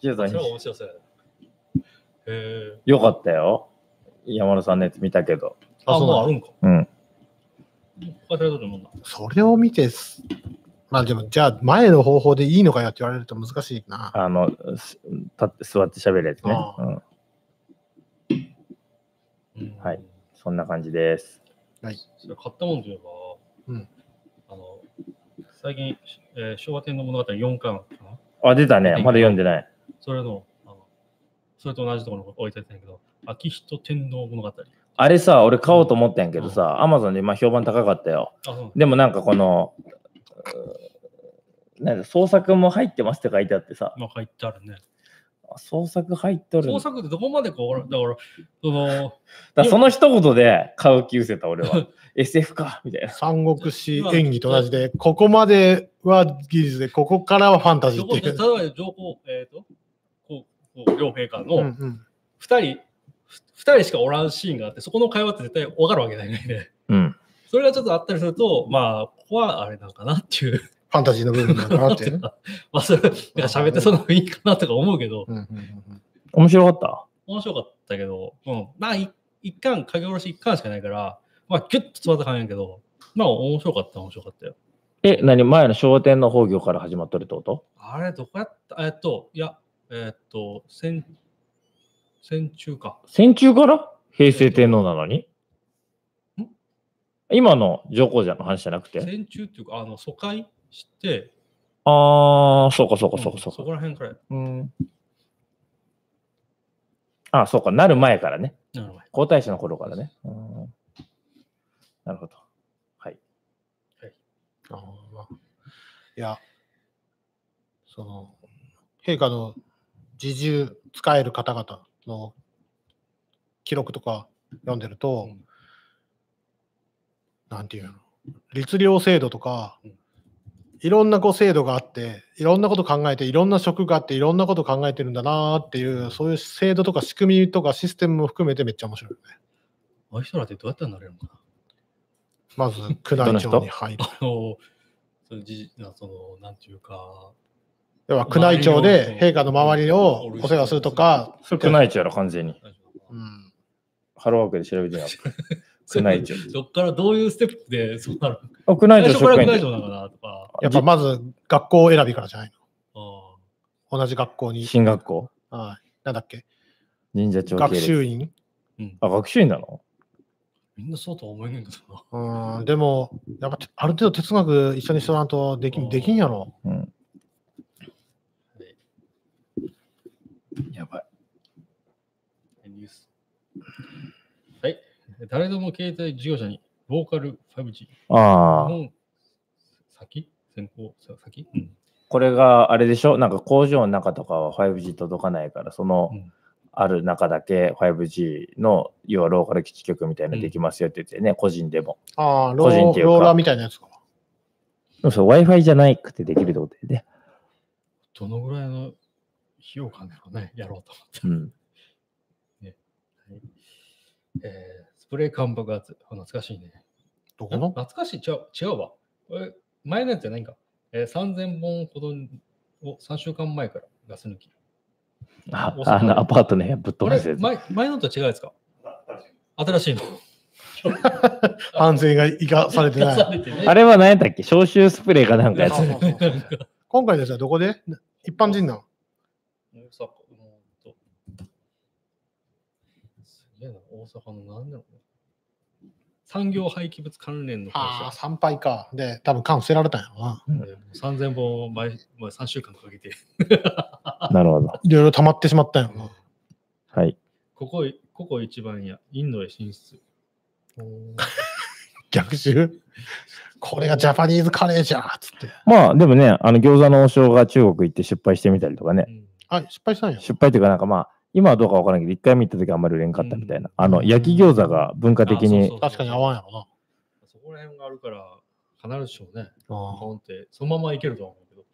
ジェイさそんれは面白そうやな。へえ。よかったよ。山田さんのやつ見たけど。 *laughs* あ、そうもうなあるんか。うん。他でやると思うんだ。それを見てす、まあでも、じゃあ前の方法でいいのかよって言われると難しいな。あの、す立って座って喋るやつね。あうん。うんはい。そんな感じです。それ買ったもんといえば、うんあの、最近、えー昭和天皇物語4巻かなあ、出たね。まだ読んでない。それの、あのそれと同じところに置いてあったんやけど、秋人天皇物語。あれさ、俺買おうと思ったんやけどさ、アマゾンでまあ評判高かったよ。あ、そうでもなんかこの、うーなんか創作も入ってますって書いてあってさ、今書いてあるね。創作入っとる。創作ってどこまでこう、だから、その、だからその一言で買う気失せた俺は。SF かみたいな。三国志演技と同じで、ここまでは技術で、ここからはファンタジどーこってで、い例う。えば情報、えっ、と、こう、こう両陛下うんうのん、二人、二人しかおらんシーンがあって、そこの会話って絶対わかるわけないね。 *laughs* うん。それがちょっとあったりすると、まあ、ここはあれなんかなっていう。ファンタジーの部分なのかなっていうね。まあ、それ、なんか喋ってその方がいいかなとか思 *laughs* うけど、うんうんうん面白か面白かったけど、うん。まあ、い一巻、書き下ろし一巻しかないから、まあ、ギュッと詰まった感じやけど、まあ、面白かった、面白かったよ。ったえ、何前の商店の崩御から始まっとるってことあれ、どこやったえっと、いや、えっと、戦、戦中か。戦中から平成天皇なのにん今の上皇者の話じゃなくて戦中っていうか、あの、疎開して、ああ、そうかそうかそううんかそそうこか。ら辺からやっうん。あそうか。なる前からね。たなるほど皇太子の頃からね。うんなるほど。はい。あーまあいや、その、陛下の自重使える方々の記録とか読んでると、うんなんていうの、律令制度とかうん、いろんなこう制度があって、いろんなこと考えて、いろんな職があって、いろんなこと考えてるんだなーっていう、そういう制度とか仕組みとかシステムも含めてめっちゃ面白いよね。ああいう人らってどうやってなれる *laughs* のかなまず、宮内庁に入る。あの、その、じなそのなんていうか、要は宮内庁で陛下の周りをお世話するとか、それ、宮内庁やろ、完全に。大丈夫かうな、ん、ハローワークで調べてみよう。宮内庁。そっからどういうステップで *laughs* そうなるのか。あ宮内最庁初か職ら員宮だ内よ庁なのかなとか。やっぱまず学校選びからじゃないあの同じ学校に。進学校はい。なんだっけ神社長系学列習院あ、学習院なのみんなそうとは思えないんだけどな。うん。でも、やっぱある程度哲学一緒にしとらんとであきーできんやろ。うん。やばい。ニュース。はい。誰でも携帯事業者にローカル 5G。日ああ、本先先行さ先うん。これがあれでしょなんか工場の中とかは 5G 届かないから、その、うんある中だけ 5G の、要はローカル基地局みたいなのできますよって言ってね、個人でも。ああ、ロ個人ってーいうかローラーみたいなやつか。でもそれ Wi-Fi じゃないくてできるってことでね。どのぐらいの費用感なのかね、やろうと思って。うん。はいえースプレー缶爆発。あ懐かしいね。どこ *laughs* なの懐かしい違う違うわ。え前のやつじゃないんか。えー、3000本ほどを3週間前からガス抜き。あ大、阪あのアパートね、ぶっ飛あばせれる。前前のと違うやつか。新しいの。安全が生かされ *laughs* てない。あれは何やったっけ消臭スプレーかなんかやつそう。そうそう今回のやつはどこで一般人なの大阪、もうと。すげえな、大阪の何だろうね。産業廃棄物関連のああ、会社。参拝か。で、多分缶捨てられたんやろな。えーもう3000本を毎毎3週間かけて。なるほど。いろいろ溜まってしまったんやろな。はい。ここ、ここ一番や、インドへ進出。逆襲これがジャパニーズカレーじゃーっつって。まあ、でもね、あの、餃子の王将が中国行って失敗してみたりとかね。うんはい、失敗したんや。失敗というか、なんかまあ、今はどうかわからんけど、一回見た時あんまり売れんかったみたいな。あの、焼き餃子が文化的あそうそうに、確かに合わんやろそこら辺があるから、必ずしもね、な。日本ってそのままいけるとは思うけど。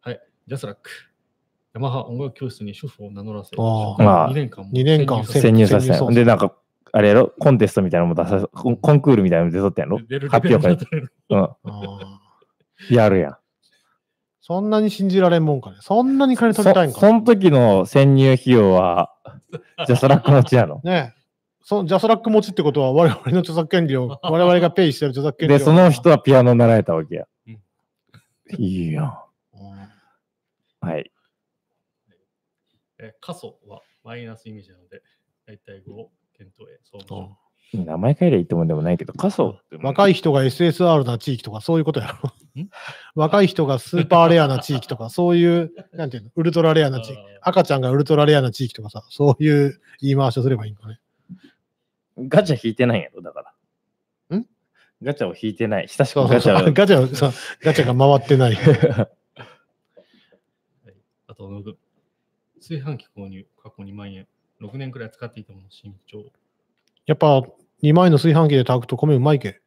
はい、ジャスラック。ヤマハ音楽教室に主婦を名乗らせ、ああ2年間も二年間潜潜入させ潜入た捜い。査で、なんか、あれやろコンテストみたいなのも出さ、コンコンクールみたいなの出とったやろ出るレ発ベルに表なっ会。てるうん。うんやるやん。そんなに信じられんもんかね。そんなに金そ取りたいんか。そ。の時の潜入費用は、ジャスラックのうちやろねえ。そジャスラック持ちってことは我々の著作権利を、我々がペイしてる著作権利を。で、その人はピアノ習えたわけやうん。いいやん。うん。はい。えー過疎はマイナスイメージなので、大体5を検討へ。総務省名前変えりゃいいともんでもないけど、過疎ってもん若い人が SSR な地域とかそういうことやろん。 *laughs* 若い人がスーパーレアな地域とか、そういう、なんていうの、ウルトラレアな地域。あー赤ちゃんがウルトラレアな地域とかさ、そういう言い回しをすればいいんかね。ガチャ引いてないんやろ、だから。んガチャを引いてない。久しくそうガチャを。ガチャをそうガチャが回ってない。あと、ノブ。炊飯器購入、過去2万円。6年くらい使っていたもの、身長。やっぱ、2枚の炊飯器で炊くと米うまいけ。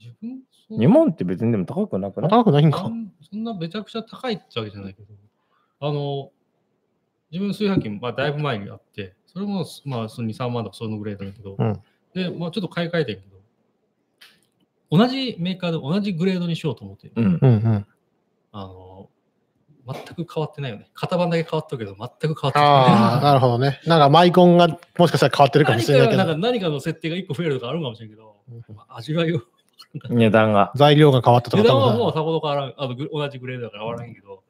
自分そんな日本って別にでも高くなくない高くないんそか。んそんなめちゃくちゃ高いってわけじゃないけど、あの、自分炊飯器、まあ、だいぶ前にあって、それも、まあ、その2、3万とかそのぐらいだけど、うんで、まあ、ちょっと買い替えてんけど、同じメーカーで同じグレードにしようと思って、うんう。んうん。あの、全く変わってないよね。型番だけ変わったけど、全く変わってああ、*laughs* ななるほどね。なんかマイコンがもしかしたら変わってるかもい。何しれないかけなんどか、何かの設定が1個増えるとかあるかもしれんけど、まあ味わいを値段が。材料が変わったとか値多段はも分うさほど変わらん、あのぐ同じグレードだから変わらへんけど、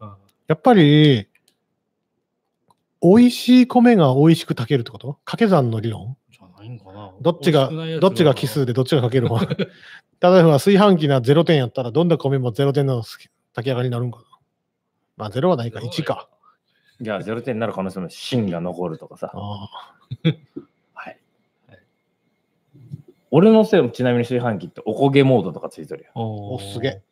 うんやっぱり、美味しい米が美味しく炊けるってこと掛け算の理論じゃないんかな。どっちが美味しくないやつどっちが奇数でどっちがかけ *laughs* る方例えば炊飯器な0点やったらどんな米も0点の炊き上がりになるんかなまあ0はないか、1か。。いや、0点になる可能性も芯が残るとかさ。はいはい。俺のせいもちなみに炊飯器っておこげモードとかついてるよ。おおすげえ。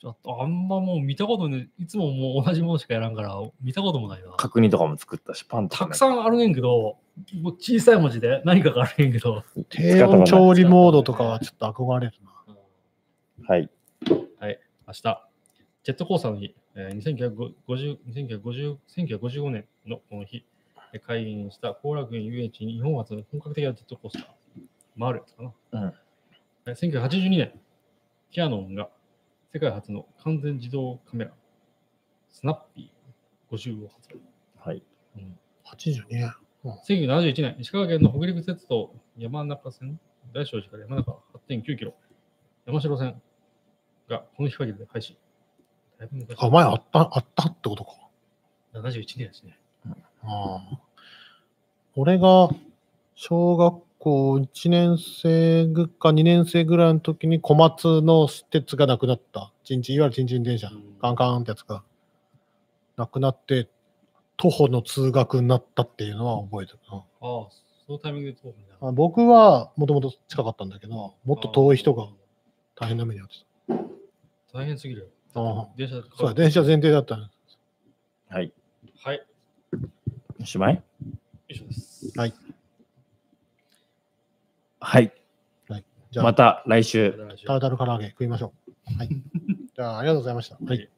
ちょっとあんまもう見たことね、いつももう同じものしかやらんから、見たこともないな。角煮とかも作ったし、パンとかたね、くさんあるねんけど、もう小さい文字で何かがあるねんけど。低温調理モードとかはちょっと憧れるな。はい。明日、ジェットコースターの日、えー1950 1950 1955年のこの日、えー開園した後楽園遊園地に日本初の本格的なジェットコースター、マールかな。うんえー1982年、キヤノンが世界初の完全自動カメラ、スナッピー50を発売。はい。 82年。 1971年、石川県の北陸鉄道山中線、大正寺から山中8.9キロ、山城線がこの日限りで廃止。だいぶ昔あ、前あった、あったってことか。 71年ですね。うん俺が小学校1年生ぐか2年生ぐらいの時に小松の鉄がなくなった。ちんちん、いわゆるちんちん電車うん、カンカンってやつがなくなって、徒歩の通学になったっていうのは覚えてるな。ああ、そのタイミングで遠くになるあ僕はもともと近かったんだけど、もっと遠い人が大変な目に遭って大変すぎる。た。うん電車でそうだ、電車前提だったね。はい。はい、おしまい以上です。はいはい。じゃあ、また来週ま。た来週タルタル唐揚げ食いましょう。はい。じゃあ、ありがとうございました。はい。はい